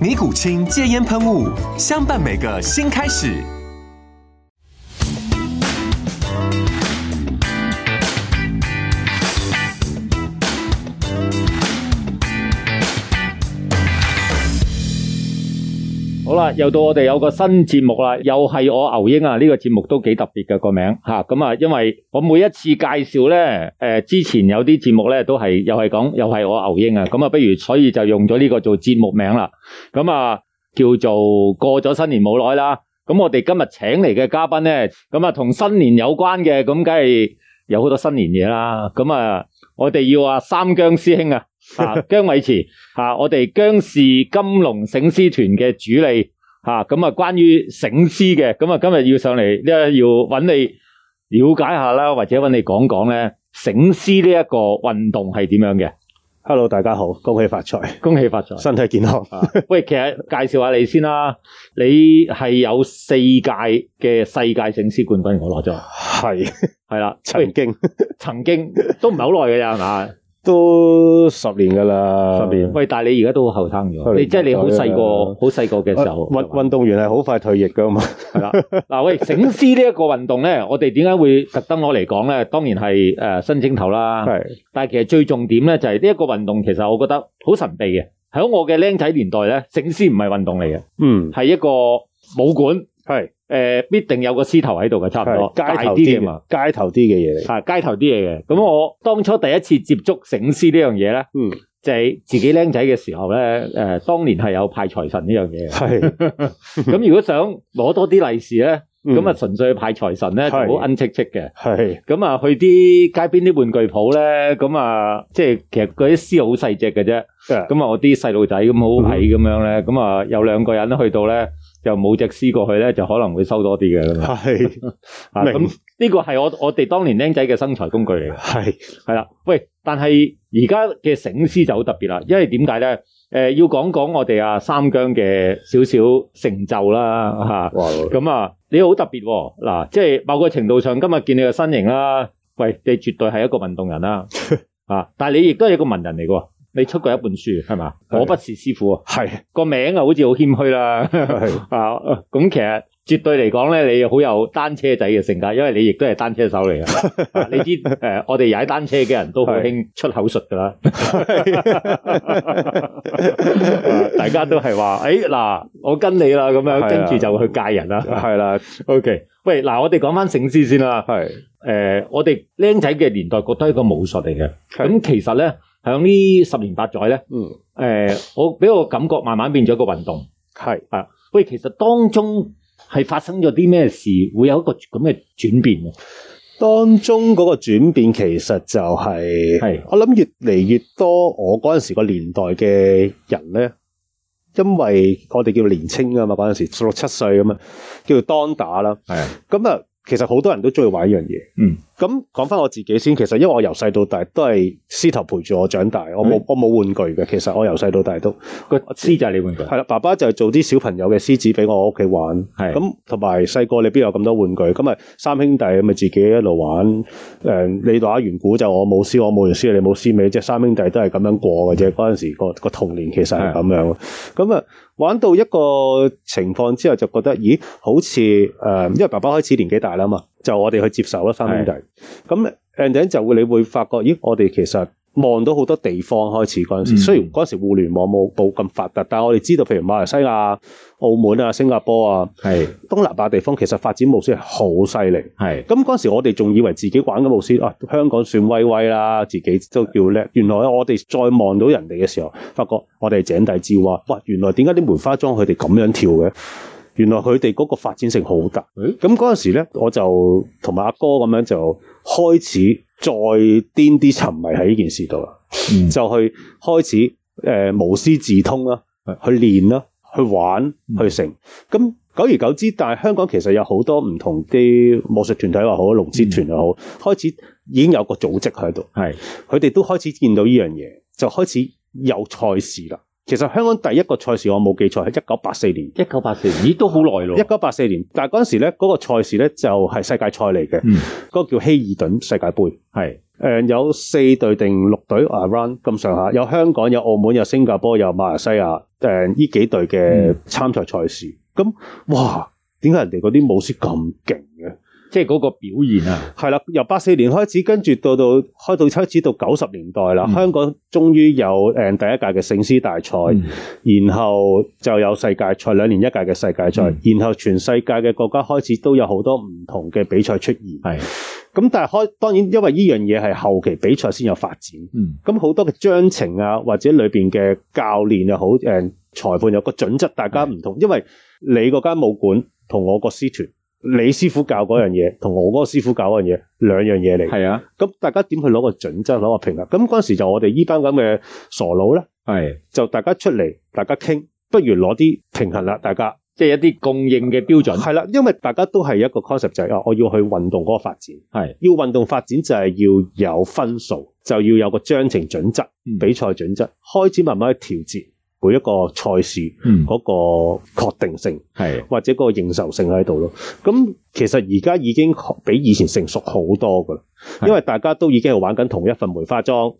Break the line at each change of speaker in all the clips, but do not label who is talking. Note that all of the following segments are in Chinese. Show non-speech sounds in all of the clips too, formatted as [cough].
尼古清戒烟喷雾，相伴每个新开始。
好啦，又到我哋有個新節目啦，又係我牛英啊！呢、個節目都幾特別嘅個名吓，咁啊，因為我每一次介紹咧，诶、之前有啲節目咧都係又係講又係我牛英啊，咁啊，不如所以就用咗呢個做節目名啦，咁啊叫做過咗新年冇耐啦，咁我哋今日請嚟嘅嘉賓咧，咁啊同新年有關嘅，咁梗係有好多新年嘢啦，咁啊，我哋要啊三姜師兄啊。啊，姜伟慈啊，我哋姜氏金龙醒狮团嘅主理啊，咁啊，关于醒狮嘅，咁啊，今日要上嚟呢，要揾你了解下啦，或者揾你讲讲咧，醒狮呢一个运动系点样嘅？
Hello，大家好，恭喜
[laughs]
發財，
恭喜发财！
身體健康。
啊喂，其实介绍下你先啦，你系有四届嘅世界醒狮冠军，我攞咗，
係
系啦，
曾
喂
經
曾经都唔系好耐嘅咋，系
[laughs]
嘛？
都十年㗎啦，呃
喂，但系你而家都好後生咗，
年啊
你即係你好細個，
左
好細個嘅時候。
運運動員係好快退役㗎嘛，
係啦。嗱，喂，醒獅呢一個運動咧，我哋點解會特登攞嚟講咧？當然係誒新青頭啦。
係
但係其實最重點咧，就係呢一個運動其實我覺得好神秘嘅。喺我嘅僆仔年代咧，醒獅唔係運動嚟嘅，
嗯
係一個武館。
係
誒，必定有個獅頭喺度嘅，差唔多
係
大
街頭
啲
啲
嘅嘛。
嘅街頭啲嘅嘢嚟，
係街頭啲嘢嘅。咁我當初第一次接觸醒獅呢樣嘢咧，
嗯，
就係自己僆仔嘅時候咧，誒、當年係有派財神呢樣嘢
[laughs]
嘅。
係
咁如果想攞多啲利是咧，
嗯
[laughs] 咁啊純粹去派財神咧就
係
好恩戚戚嘅。
嗯係
咁啊去啲街邊啲玩具鋪咧，咁啊即係其實嗰啲獅好細只嘅啫。
咁
咁啊我啲細路仔咁好矮
嗯
咁樣咧，咁啊有兩個人去到咧。就冇隻獅過去咧，就可能會收多啲嘅咁樣
係
啊！
明
咁呢個係我我哋當年僆仔嘅生財工具嚟嘅。
係
系啦，喂，但系而家嘅醒獅就好特別啦，因為點解咧？诶、要講講我哋啊三姜嘅少少成就啦，吓、
哇
咁啊，你好特別喎，嗱、即係某個程度上，今日見你嘅身形啦，喂，你絕對係一個運動人
[laughs]
啦，啊，但系你亦都係一個文人嚟嘅喎，你出過一本書係嘛？
係
我不是師傅啊，
係
個名啊好似好謙虛啦，
係
[laughs] 啊，咁其實絕對嚟講咧，你好有單車仔嘅性格，因為你亦都係單車手嚟嘅。啊你
[laughs]
知誒、呃我哋踩單車嘅人都好興出口術㗎啦， [laughs] 啊大家都係話：，誒、哎嗱，我跟你啦，咁
係
樣
啊
跟住就去戒人啦。
係啦
[laughs] OK，喂，嗱，我哋講翻醒獅先啦。
係
誒、我哋僆仔嘅年代覺得係一個武術嚟嘅，
係
咁其實咧，響呢十年八載咧，
嗯
誒、我俾我感覺慢慢變咗一個運動。啊
係
喂，其實當中係發生咗啲咩事，會有一個咁嘅轉變嘅？
當中嗰個轉變其實就係、
係
我諗越嚟越多我嗰陣時個年代嘅人咧，因為我哋叫年青啊嘛，嗰陣時十六七歲咁啊，叫做當打啦。
係
咁啊，其實好多人都中意玩呢樣嘢。
嗯，
咁講翻我自己先，其實因為我由細到大都係師頭陪住我長大，我冇我冇玩具嘅。其實我由細到大都
個師就係你玩具，
係啦，爸爸就係做啲小朋友嘅獅子俾我屋企玩。
係
咁同埋細個你邊有咁多玩具？咁咪三兄弟咪自己一路玩。誒、你打完鼓就我冇獅，我冇完獅，你冇獅尾，即係三兄弟都係咁樣過嘅啫。嗰陣時個個童年其實係咁樣。咁啊，玩到一個情況之後，就覺得咦，好似誒、因為爸爸開始年紀大啦嘛，就我哋去接手啦，三兄弟。咁 a n d 就會你會發覺，咦，我哋其實望到好多地方開始嗰陣時，
嗯
雖然嗰陣時互聯網冇冇咁發達，但係我哋知道，譬如馬來西亞、澳門啊、新加坡啊、
係
東南亞地方，其實發展模式係好犀利。
係
咁嗰陣時，我哋仲以為自己玩緊舞獅啊，香港算威威啦，自己都叫叻。原來我哋再望到人哋嘅時候，發覺我哋係井底之蛙。哇！原來點解啲梅花莊佢哋咁樣跳嘅？原來佢哋嗰個發展性好大。
誒
咁嗰陣時咧，我就同埋阿哥咁樣就開始再癲啲沉迷喺呢件事度啦，
嗯
就去開始誒、呃、無師自通啦，去練啦，去玩
嗯
去成。咁久而久之，但係香港其實有好多唔同啲武術團體又好，龍之團又好，開始已經有個組織喺度，
係
佢哋都開始見到呢樣嘢，就開始有賽事啦。其實香港第一個賽事我冇記錯係一九八四年。
一九八四，咦都好耐咯
一，九八四年，但係嗰陣時咧，嗰、個賽事咧就係、世界賽嚟嘅，嗰、
嗯
個叫希爾頓世界盃。
係
誒、呃有四隊定六隊 around 咁上下，有香港、有澳門、有新加坡、有馬來西亞，誒、呢幾隊嘅
嗯
參賽賽事。咁、哇，點解人哋嗰啲舞獅咁勁嘅？
即係嗰個表現啊，
係啦，由八四年開始，跟住到到開到開始到九十年代啦，
嗯
香港終於有誒、第一屆嘅聖獅大賽。
嗯
然後就有世界賽，兩年一屆嘅世界賽，
嗯
然後全世界嘅國家開始都有好多唔同嘅比賽出現。
係
咁但係開當然因為呢樣嘢係後期比賽先有發展，
嗯
咁好多嘅章程啊，或者裏邊嘅教練又好，誒、裁判有個準則，大家唔同，因為你嗰間武館同我個師團，你師傅教嗰樣嘢同我嗰個師傅教嗰樣嘢兩樣嘢嚟。
係啊
咁大家點去攞個準則，攞個平衡？咁嗰陣時就我哋呢班咁嘅傻佬咧。
係，
就大家出嚟，大家傾，不如攞啲平衡啦，大家
即係一啲共認嘅標準
係啦，因為大家都係一個 concept 就係、啊，我要去運動嗰個發展，
係
要運動發展就係要有分數，就要有個章程準則、
嗯
比賽準則，開始慢慢去調節每一個賽事
嗯
嗰個確定性
係
或者嗰個認受性喺度咯。咁其實而家已經比以前成熟好多噶啦，
係
因為大家都已經係玩緊同一份梅花樁，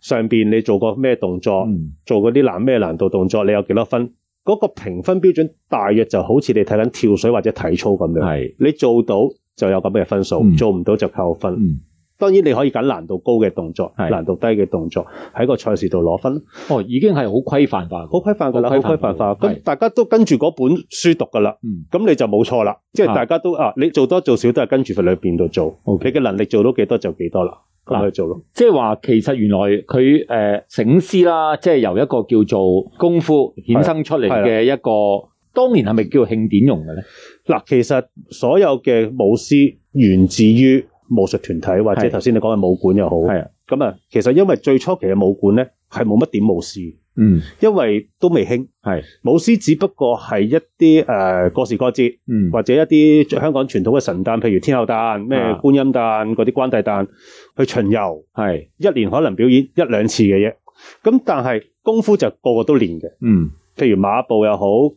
上邊你做過咩動作？
嗯
做嗰啲難咩難度動作，你有幾多分？嗰、個評分標準大約就好似你睇緊跳水或者體操咁樣，
係
你做到就有咁嘅分數，
嗯
做唔到就扣分。
嗯
當然你可以揀難度高嘅動作，
係
難度低嘅動作喺個賽事度攞分，
哦已經係好規範化㗎，
好規範㗎啦，好
好規範
規範化。
㗎
咁
係
大家都跟住嗰本書讀㗎啦，
嗯
咁你就冇錯啦。即係
啊
大家都啊，你做多做少都係跟住佢裏邊度做，你
OK
嘅能力做到幾多就幾多啦，咁
嗱
去做咯。
即係話其實原來佢誒、呃醒獅啦，即係由一個叫做功夫衍生出嚟嘅一個，當年係咪叫慶典用嘅咧？
嗱，其實所有嘅舞獅源自於武術團體，或者
係
頭先你講嘅武館又好，
係啊
咁啊，其實因為最初期嘅武館咧係冇乜點舞獅，
嗯，
因為都未興，
係，
舞獅只不過係一啲誒、呃、過時過節
嗯，
或者一啲香港傳統嘅神誕，譬如天后誕、咩
啊
觀音誕嗰啲關帝誕去巡遊，
係，
一年可能表演一兩次嘅啫。咁但係功夫就個個都練嘅，
嗯，
譬如馬步又好，誒、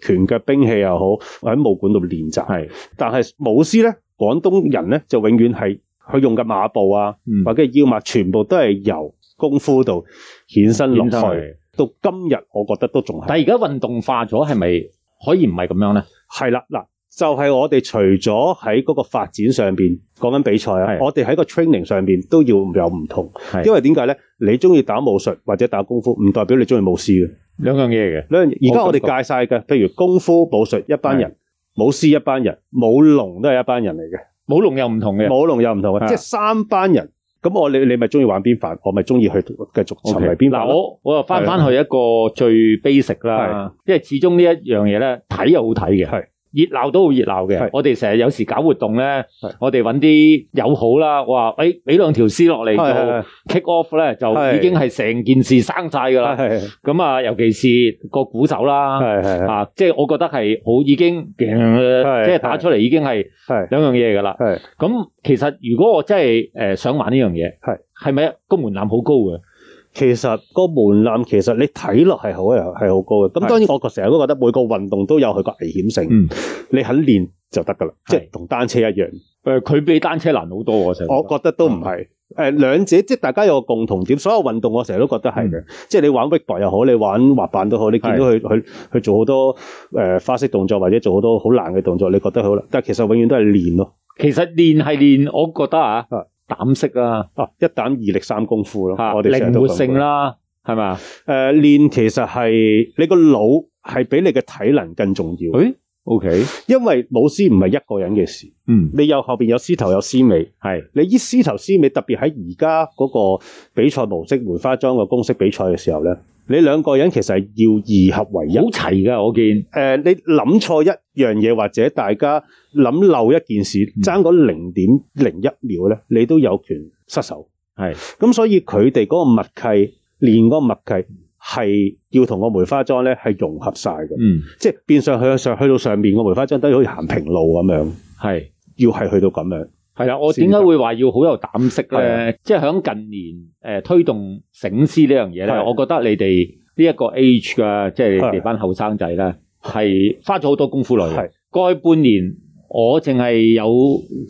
拳腳兵器又好，喺武館度練習。
係，
但係舞獅咧，廣東人咧就永遠係佢用嘅馬步啊，
嗯
或者係腰馬，全部都係由功夫度衍生落
衍生落
去。
嚟
到今日，我覺得都仲係
但係而家運動化咗，係咪可以唔係咁樣咧？
係啦嗱。就係我哋除咗喺嗰個發展上邊講緊比賽啊，
係
我哋喺個 training 上邊都要有唔同，
係
因為點解咧？你中意打武術或者打功夫，唔代表你中意舞獅嘅
兩樣嘢嘅，
兩樣嘢。而家
我
我
感
哋
覺
戒晒嘅，譬如功夫、武術一班人，舞獅一班人，舞龍都係一班人嚟嘅。
舞龍又唔同嘅，
舞龍又唔同嘅，
啊
即係三班人。咁我你你咪中意玩邊瓣，我咪中意去繼續沉迷
OK，
邊瓣
嗱，
咯。
我我又翻翻去一個最 basic 啦，因為始終呢一樣嘢咧睇又好睇嘅，
係
熱鬧都好熱鬧
係
嘅。我哋成日有時搞活動咧
係，
我哋揾啲友好啦，話誒俾兩條絲落嚟
係
做
係
kick off 咧，
係
就已經係成件事生晒㗎啦。
係係
咁啊，尤其是個鼓手啦。
係係
啊，即係我覺得係好已經，呃即係打出嚟已經係
係
兩樣嘢㗎啦。
係
咁其實如果我真係誒想玩呢樣嘢，
係
係咪個門檻好高嘅？
其實個門檻其實你睇落係好係好高嘅。咁
係
當然我成日都覺得每個運動都有佢個危險性，
嗯
你肯練就得㗎啦。
係
即係同單車一樣，
誒，呃佢比單車難好多喎，我成日覺得
我覺得都唔
啊
係。誒兩者即係大家有個共同點，所有運動我成日都覺得係嘅，
嗯
即係你玩 wakeboard 又好，你玩滑板都好，你見到佢佢佢做好多誒、呃花式動作或者做好多好難嘅動作，你覺得好啦，但係其實永遠都係練咯。
其實練係練，我覺得啊
啊，
膽色啦，
啊，一膽二力三功夫咯，
嚇
我哋成日
靈
都
活
咁講
性。啦，係咪啊？
誒、練其實係你個腦係比你嘅體能更重要，
誒，OK，
因為舞獅唔係一個人嘅事，
嗯，
你有後邊有獅頭有獅尾，
係
你依獅頭獅尾，特別喺而家嗰個比賽模式梅花桩個公式比賽嘅時候咧，你兩個人其實係要二合為一。
嗯好齊㗎，我見
誒、你諗錯一樣嘢，或者大家諗漏一件事，
嗯
爭嗰零點零一秒咧，你都有權失手。
係
咁所以佢哋嗰個默契，練嗰個默契係要同個梅花桩咧係融合晒嘅，
嗯
即係變相去上去到上面個梅花桩都好似行平路咁樣，
係。
要係去到咁樣。
系啦，我
先
點解
得
會話要好有膽識
係啊
咧？即係喺近年诶、呃推動醒獅呢樣嘢咧，
係
我覺得你哋呢一個 age 嘅，即係你哋
係
班後生仔咧，係花咗好多功夫落去
係。
過去半年我淨係有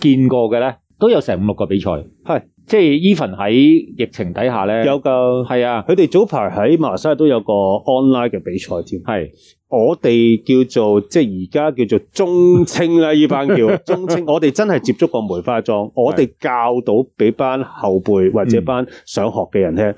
見過嘅咧，都有成五六個比賽。
係
即係 even 喺疫情底下咧，
有嚿，
係啊，
佢哋早排喺馬來西亞都有個 online 嘅比賽添。
係
我哋叫做即係而家叫做中青啦，呢
[laughs]
班叫中青。我哋真係接觸過梅花桩，我哋教到俾班後輩或
嗯
者班想學嘅人聽。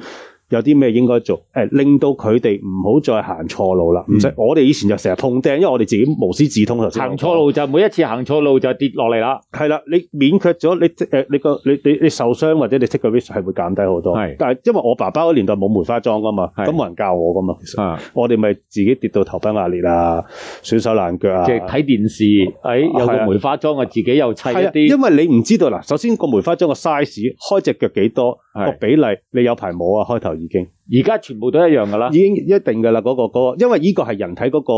有啲咩應該做？誒，令到佢哋唔好再行錯路啦。唔使、
嗯
我哋以前就成日碰釘，因為我哋自己無師自通。頭先我
行
講
錯路就每一次行錯路就跌落嚟啦。
係啦，你勉強咗你誒你個你你你受傷或者你 take 個 risk 係會減低好多。
係
但係因為我爸爸嗰年代冇梅花桩噶嘛，
係
咁冇人教我噶嘛，其實
啊，
我哋咪自己跌到頭崩額裂啊，損手爛腳啊。
即係睇電視，诶、有
係啊
個梅花桩啊，自己又砌一
係啊，
啲。
因為你唔知道嗱，首先個梅花桩個 size 開只腳幾多
係
個比例，你有排冇啊？開頭已經
而家全部都一樣噶啦
已。經一定㗎啦，嗰、個嗰、個，因為呢個係人體嗰、個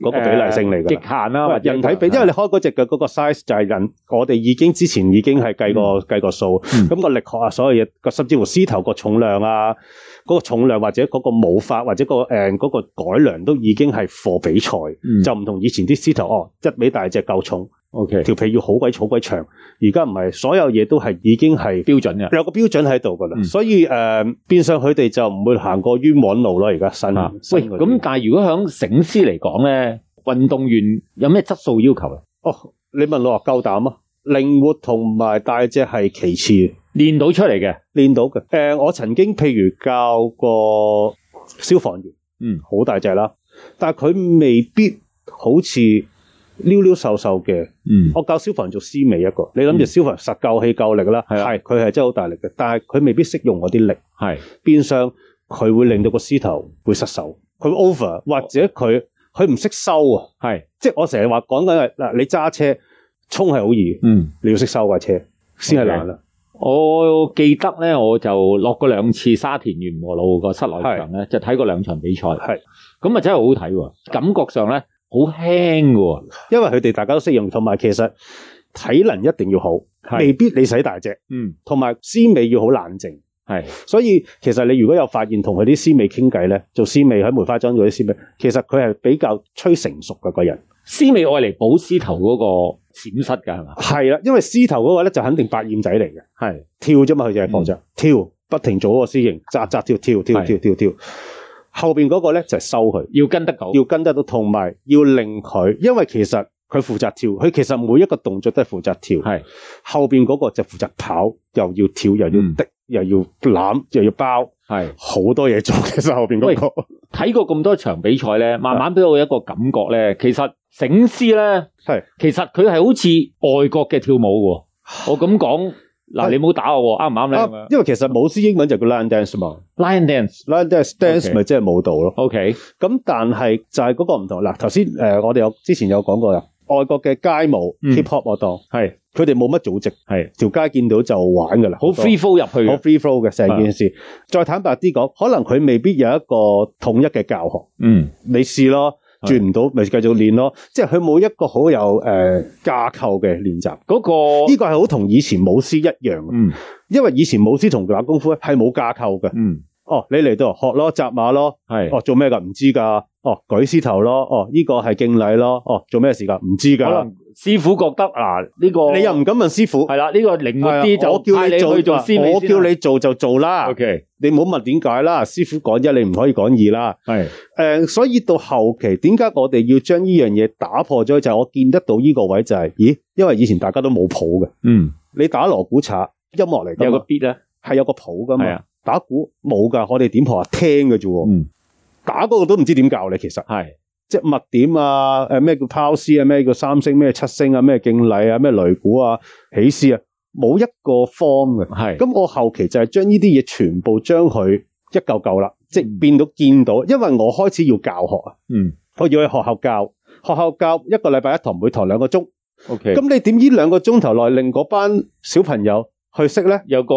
嗰、個比例性嚟㗎
極
啦。
呃限啦，啊或者
人體比，因為你開嗰只腳嗰個 size 就係人，我哋已經之前已經係計過、計過數，
嗯
咁、個力學啊，所有嘢，個甚至乎獅頭個重量啊，嗰、個重量或者嗰個舞法或者、個誒嗰、個改良都已經係 for 比賽，
嗯
就唔同以前啲獅頭哦，一味大隻夠重，
O K
條皮要好鬼好鬼長，而家唔係，所有嘢都係已經係
標準嘅，
有個標準喺度噶啦，
嗯
所以誒、呃、變相佢哋就唔會行過冤枉路咯。而家新
啊
嗯新
喂，
嗰啲
咁但係如果響醒獅嚟講咧，運動員有咩質素要求啊？
哦，你問我話夠膽啊？靈活同埋大隻係其次，
練到出嚟嘅，
練到嘅。誒、我曾經譬如教過消防員，
嗯，
好大隻啦，但係佢未必好似溜溜瘦瘦嘅。
嗯，
我教消防員做思尾一個，你諗住消防員實夠氣夠力啦，
係啊
係佢係真係好大力嘅，但係佢未必識用嗰啲力。
係
變相佢會令到個獅頭會失手，佢會 over 或者佢佢唔識收啊！
係，
即係我成日話講緊係嗱，你揸車衝係好易，
嗯，
你要識收架車先啊係難啦。
我記得咧，我就落過兩次沙田元和路個室內場咧，就睇過兩場比賽，
係
咁啊真係好好睇喎，感覺上咧好輕嘅喎，
因為佢哋大家都識用，同埋其實體能一定要好，
係
未必你使大隻，
嗯，
同埋獅尾要好冷靜。
係
所以其實你如果有發現同佢啲獅尾傾偈咧，做獅尾喺梅花莊做啲獅尾，其實佢係比較趨成熟嘅個人。
獅尾愛嚟補獅頭嗰個閃失㗎係嘛？
係啦，因為獅頭嗰個咧就肯定百厭仔嚟嘅。
係
跳啫嘛，佢就係
嗯
放着跳，不停做嗰個私形，扎扎跳跳跳跳跳跳。後邊嗰個咧就係收佢，
要跟得到，
要跟得到，同埋要令佢，因為其實佢負責跳，佢其實每一個動作都係負責跳。
係
後邊嗰個就負責跑，又要跳，又要
嗯
滴，又要攬，又要包，
係。
好多嘢做。其實後邊嗰個
睇過咁多場比賽咧，慢慢俾我一個感覺咧，其實醒獅咧，
係
其實佢係好似外國嘅跳舞喎。我咁講，嗱
係
你唔好打我喎，啱唔啱咧咁
啊
樣
因為其實舞獅英文就叫 line dance 嘛
？Lion dance，OK，
，line dance dance
OK
咪即係舞蹈咯。咁但係就係嗰個唔同啦。頭先誒，我哋有之前有講過啦，外國嘅街舞、
嗯
hip hop 我當
係
佢哋冇乜組織，
係
條街見到就玩噶啦，
好 free flow 入去
好
嘅，啊
free flow 嘅成件事。再坦白啲講，可能佢未必有一個統一嘅教學，
嗯，
你試咯，
係
轉唔到咪繼續練咯。即係佢冇一個好有誒、呃架構嘅練習。
嗰
呢
個，
個係好同以前舞獅一樣嘅，
嗯
因為以前舞獅同打功夫咧係冇架構嘅。
嗯，
哦，你嚟到學咯，扎馬咯。
係。
哦，做咩噶？唔知噶。哦，舉獅頭咯。哦，呢個係敬禮咯。哦，做咩事噶？唔知
可
噶。
能師傅覺得嗱呢個
你又唔敢問師傅。
係啦，呢個靈活
係
啲
啊
就
我叫
派
你
去做
做
獅
㗎，
尾
我
先
叫
啦
你做就做啦。
，OK，
你唔好問點解啦。師傅講一，你唔可以講二啦。
係
誒、所以到後期點解我哋要將呢樣嘢打破咗？就係、我見得到呢個位就係、咦，因為以前大家都冇譜嘅。
嗯
你打鑼鼓镲，音樂嚟
有個
㗎嘛，
beat 啊咧，
係有個譜㗎
係
嘛
啊。
打鼓冇㗎，我哋點譜啊聽嘅啫喎，
嗯，
打嗰個都唔知點教你其實。
係
即係麥點啊，誒咩叫拋絲啊，咩叫三聲，咩七聲啊，咩敬禮啊，咩擂鼓啊，起絲啊，冇一個 form 嘅。
係
咁我後期就係將呢啲嘢全部將佢一嚿嚿啦，即係變到見到，因為我開始要教學啊，
嗯
我要去學校教，學校教一個禮拜一堂，每堂兩個鐘。
，OK，
咁你點呢兩個鐘頭內令嗰班小朋友去識咧？
有個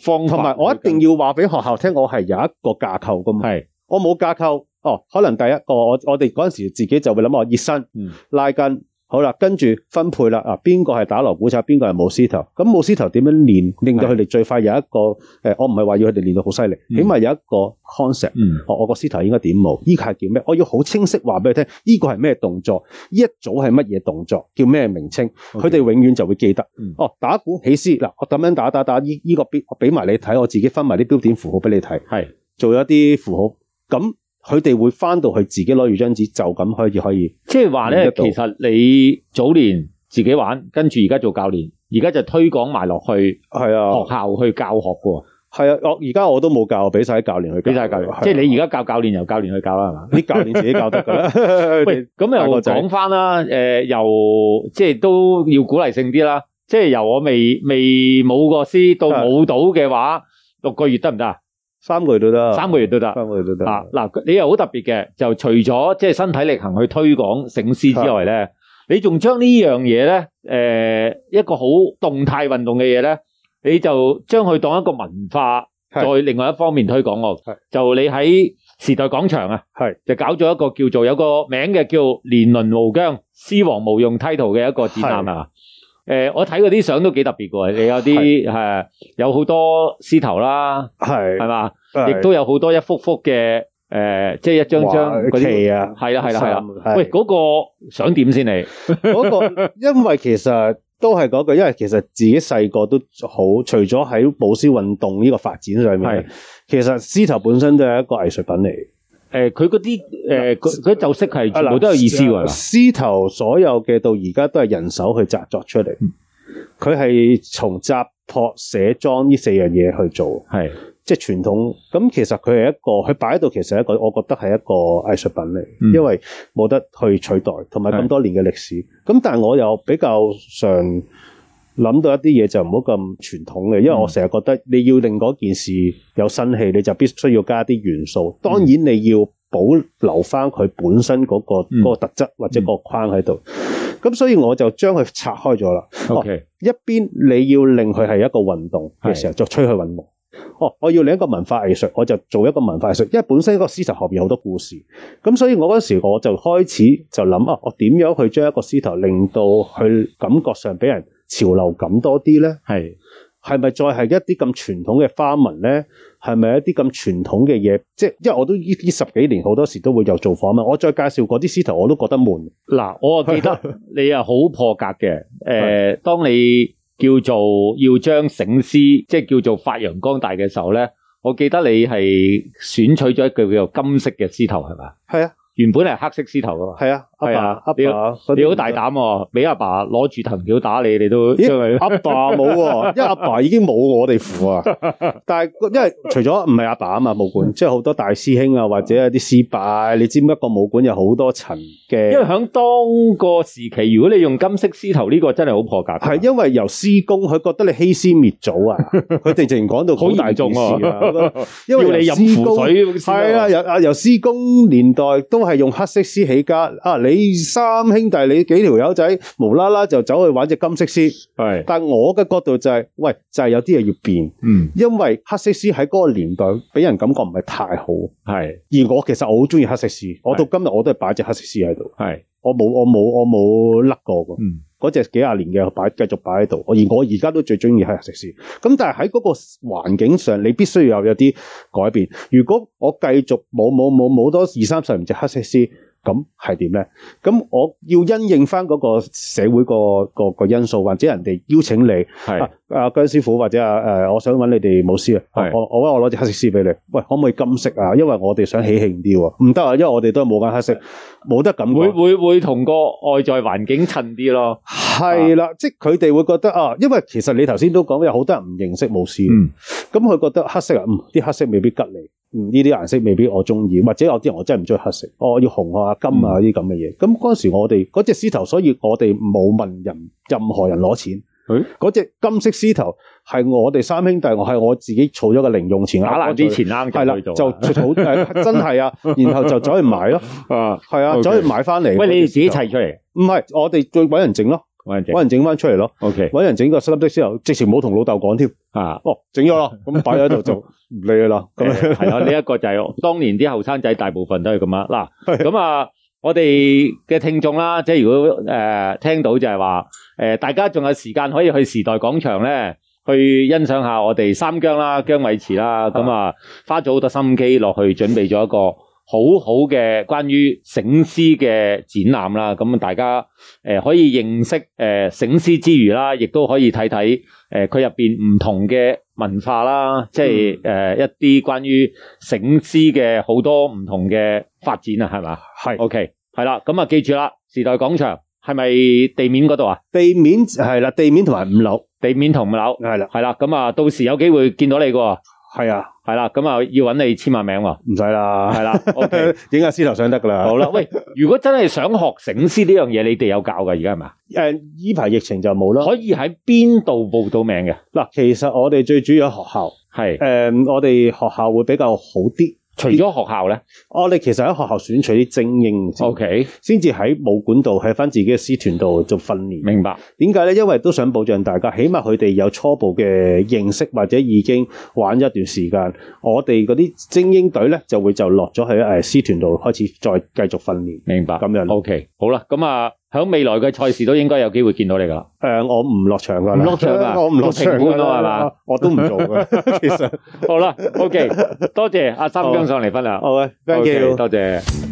方法，
同埋我一定要話俾學校聽，我係有一個架構噶嘛。
係
我冇架構，哦，可能第一個我我哋嗰陣時自己就會諗我啊熱身、
嗯
拉筋，好啦，跟住分配啦，啊，邊個係打鑼鼓手，邊個係舞獅頭，咁舞獅頭點樣練，令到佢哋最快有一個誒、呃我唔係話要佢哋練到好犀利，
嗯
起碼有一個 concept。
嗯
哦，我個獅頭應該點舞？依個係叫咩？我要好清晰話俾佢聽，呢個係咩動作？呢一組係乜嘢動作？叫咩名稱？佢
OK
哋永遠就會記得
嗯。
哦，打鼓起獅嗱，我咁樣打打打，依依個標我俾埋你睇，我自己分埋啲標點符號俾你睇。
係
做咗啲符號，咁佢哋會翻到去自己攞住張紙就咁可以可以
即係話咧，
用得
其
到
實你早年自己玩，跟住而家做教練，而家就推廣埋落去
係
學
啊，
校去教學嘅喎，
係啊，我而家我都冇教，俾晒啲教練去
俾晒教
係啊
練，即係你而家教教練由教練去教啦，係嘛？
啲教練自己教得㗎啦。
[laughs] 喂，咁
大
又
個仔
講翻啦，誒、又即係都要鼓勵性啲啦，即係由我未未冇過師到
係
冇到嘅話，六個月得唔得啊？
三個月都得，
三個月都得啊！
三個月都得。
嗱，你又好特別嘅，就除咗即係身體力行去推廣醒獅之外咧，你仲將呢樣嘢咧，誒、一個好動態運動嘅嘢咧，你就將佢當一個文化，
係
再另外一方面推廣喎
係。
就你喺時代廣場啊，
係
就搞咗一個叫做有個名嘅叫「年輪無疆，獅王無用」title 嘅一個展覽啊。誒、我睇嗰啲相都幾特別嘅喎，你有啲係有好多獅頭啦，係
係
嘛？
係
亦都有好多一幅幅嘅誒、呃即係一張張
哇
嗰啲，
旗啊，
係啦係啦係啦。
係
喂，嗰、個想點先你？
嗰個，因為其實都係嗰句，因為其實自己細個都好，除咗喺舞獅運動呢個發展上
係
面，其實獅頭本身都係一個藝術品嚟。
誒，呃佢嗰啲誒，佢佢就式係
啊
全部啊都有意思㗎，係嘛
獅頭所有嘅到而家都係人手去製作出嚟，佢係從紮撲、寫裝呢四樣嘢去做，
係
即係傳統。咁其實佢係一個，佢擺喺度其實係一個，我覺得係一個藝術品嚟，
嗯
因為冇得去取代，同埋
係
咁多年嘅歷史。咁但係我又比較上諗到一啲嘢就唔好咁傳統嘅，因為
嗯
我成日覺得你要令嗰件事有新氣，你就必須要加啲元素。
嗯
當然你要保留翻佢本身嗰、個
嗯
嗰個特質或者個框喺度。咁所以我就將佢拆開咗啦。
，OK，
一邊你要令佢係一個運動嘅時候，就吹佢運動。哦，我要另一個文化藝術，我就做一個文化藝術，因為本身一個獅頭後面有好多故事，咁所以我嗰時我就開始就諗啊，我點樣去將一個獅頭令到佢感覺上俾人潮流感多啲咧？
係
係咪再係一啲咁傳統嘅花紋咧？係咪一啲咁傳統嘅嘢？即係因為我都呢呢十幾年好多時都會有做訪問，我再介紹嗰啲獅頭我都覺得悶。
嗱，我啊記
[laughs]
得你啊好破格嘅，誒，當你叫做要將醒獅，即係叫做發揚光大嘅時候咧，我記得你係選取咗一句叫做金色嘅獅頭係嘛？
係啊，
原本係黑色獅頭㗎嘛？
係啊，阿
係
爸
啊
阿
你
爸，嗰啲
你好大膽喎，俾阿爸攞住藤條打你，你都
咦
將佢。
阿爸
[laughs]
冇喎，因為阿爸已經冇我哋符啊。但係因為除咗唔係阿爸啊嘛，武館即係好多大師兄啊，或者係啲師伯，啊你知唔知一個武館有好多層
因為
嘅？
喺當個時期，如果你用金色獅頭呢個真係好破格㗎，
係因為由師公，佢覺得你欺師滅
[laughs]
祖啊！佢直情講到
好
大
嚴
件
重
事啊！
喎。
因為
[laughs] 要你
由
飲
師公
符水先得
係啊，
喎，
由啊由施工年代都係用黑色絲起家啊！你三兄弟你幾條友仔無啦啦就走去玩只金色絲，
係
但我嘅角度就係、喂，就係、有啲嘢要變，
嗯
因為黑色絲喺嗰個年代俾人感覺唔係太好，而
係
我其實我好中意黑色絲，我到今日我都係擺只黑色絲喺度，
係
我冇我冇我冇甩過㗎
嗯
嗰只幾廿年嘅擺繼續擺喺度，我而我而家都最中意係黑色絲。咁但係喺嗰個環境上，你必須要有有啲改變。如果我繼續冇冇冇冇多二三十年隻黑色絲，咁係點咧？咁我要因應翻嗰個社會個個個因素，或者人哋邀請你
係
啊啊姜師傅或者啊誒、呃我想揾你哋舞師啊，
係
我我我攞隻黑色絲俾你，喂，可唔可以金色啊？因為我哋想喜慶啲喎，唔得啊，因為我哋都係冇揀黑色，冇得咁
會
講
會會同個外在環境襯啲咯。
係啦，即係佢哋會覺得啊，因為其實你頭先都講有好多人唔認識舞獅，
嗯
咁佢、覺得黑色啊，嗯，啲黑色未必吉利，嗯，呢啲顏色未必我中意，或者有啲人我真係唔中意黑色，我要紅啊、金啊
嗯
呢啲咁嘅嘢。咁嗰陣時我哋嗰隻獅頭，所以我哋冇問人任何人攞錢
誒。
嗰隻金色獅頭係我哋三兄弟，我係我自己儲咗個零用錢，啊
打爛之前啱
係啦，
就去
就
做啊。
儲誒真
[laughs]
係啊，然後就走去買咯，
啊，
係啊，
OK
走去買翻嚟。
喂，你哋自己砌
嗰隻獅
出嚟，
頭？唔係，我哋再揾人整咯，
揾人
揾人整翻出嚟咯。
O K
揾人整個濕粒的之後，直情冇同老豆講添。
啊，
哦，整
[laughs]
咗啦，咁擺咗喺度就唔理佢啦。咁樣 [laughs]
係啊咯，呢一個就係當年啲後生仔大部分都係咁啊。嗱，
係
咁啊，我哋嘅聽眾啦，即係如果誒聽到就係話誒，大家仲有時間可以去時代廣場咧。去欣賞下我哋三姜啦、姜偉池啦，咁啊花咗好多心機落去準備咗一個好好嘅關於醒獅嘅展覽啦。咁啊大家誒、呃可以認識誒、呃醒獅之餘啦，亦都可以睇睇誒佢入邊唔同嘅文化啦，即係誒、呃一啲關於醒獅嘅好多唔同嘅發展啊，係嘛
係
？OK，係啦，咁啊記住啦，時代廣場係咪地面嗰度啊？
地面係啦，地面同埋五樓
地面同五樓。
係啦，
系啦，咁啊，到時有機會見到你嘅喎，
係啊，
係啦，咁啊，要揾你簽下名喎，
唔使啦
係，
[laughs]
啦，OK，
影下獅頭相得噶啦。
好啦，喂，如果真係想學醒獅呢樣嘢，你哋有教嘅而家係嘛？
誒依排疫情就冇啦。
可以喺邊度報到名嘅？
嗱，其實我哋最主要喺學校，
係，
誒我哋學校會比較好啲。
除咗學校咧
我哋其實喺學校選取啲精英先
，OK，
先至喺武館度喺翻自己嘅師團度做訓練。
明白，
點解咧？因為都想保障大家，起碼佢哋有初步嘅認識，或者已經玩一段時間。我哋嗰啲精英隊咧，就會就落咗去誒師團度開始再繼續訓練。
明白，
咁樣
，OK，好啦，咁啊，喺未來嘅賽事都應該有機會見到你噶啦，
誒、我唔落場㗎啦，
唔落場㗎
我唔落場㗎
做評判啊係嘛
啦，我都唔做 [laughs] 㗎。其實， [laughs]
好啦，OK，多謝阿三姜上嚟分享
好啊，thank you。
OK，多謝。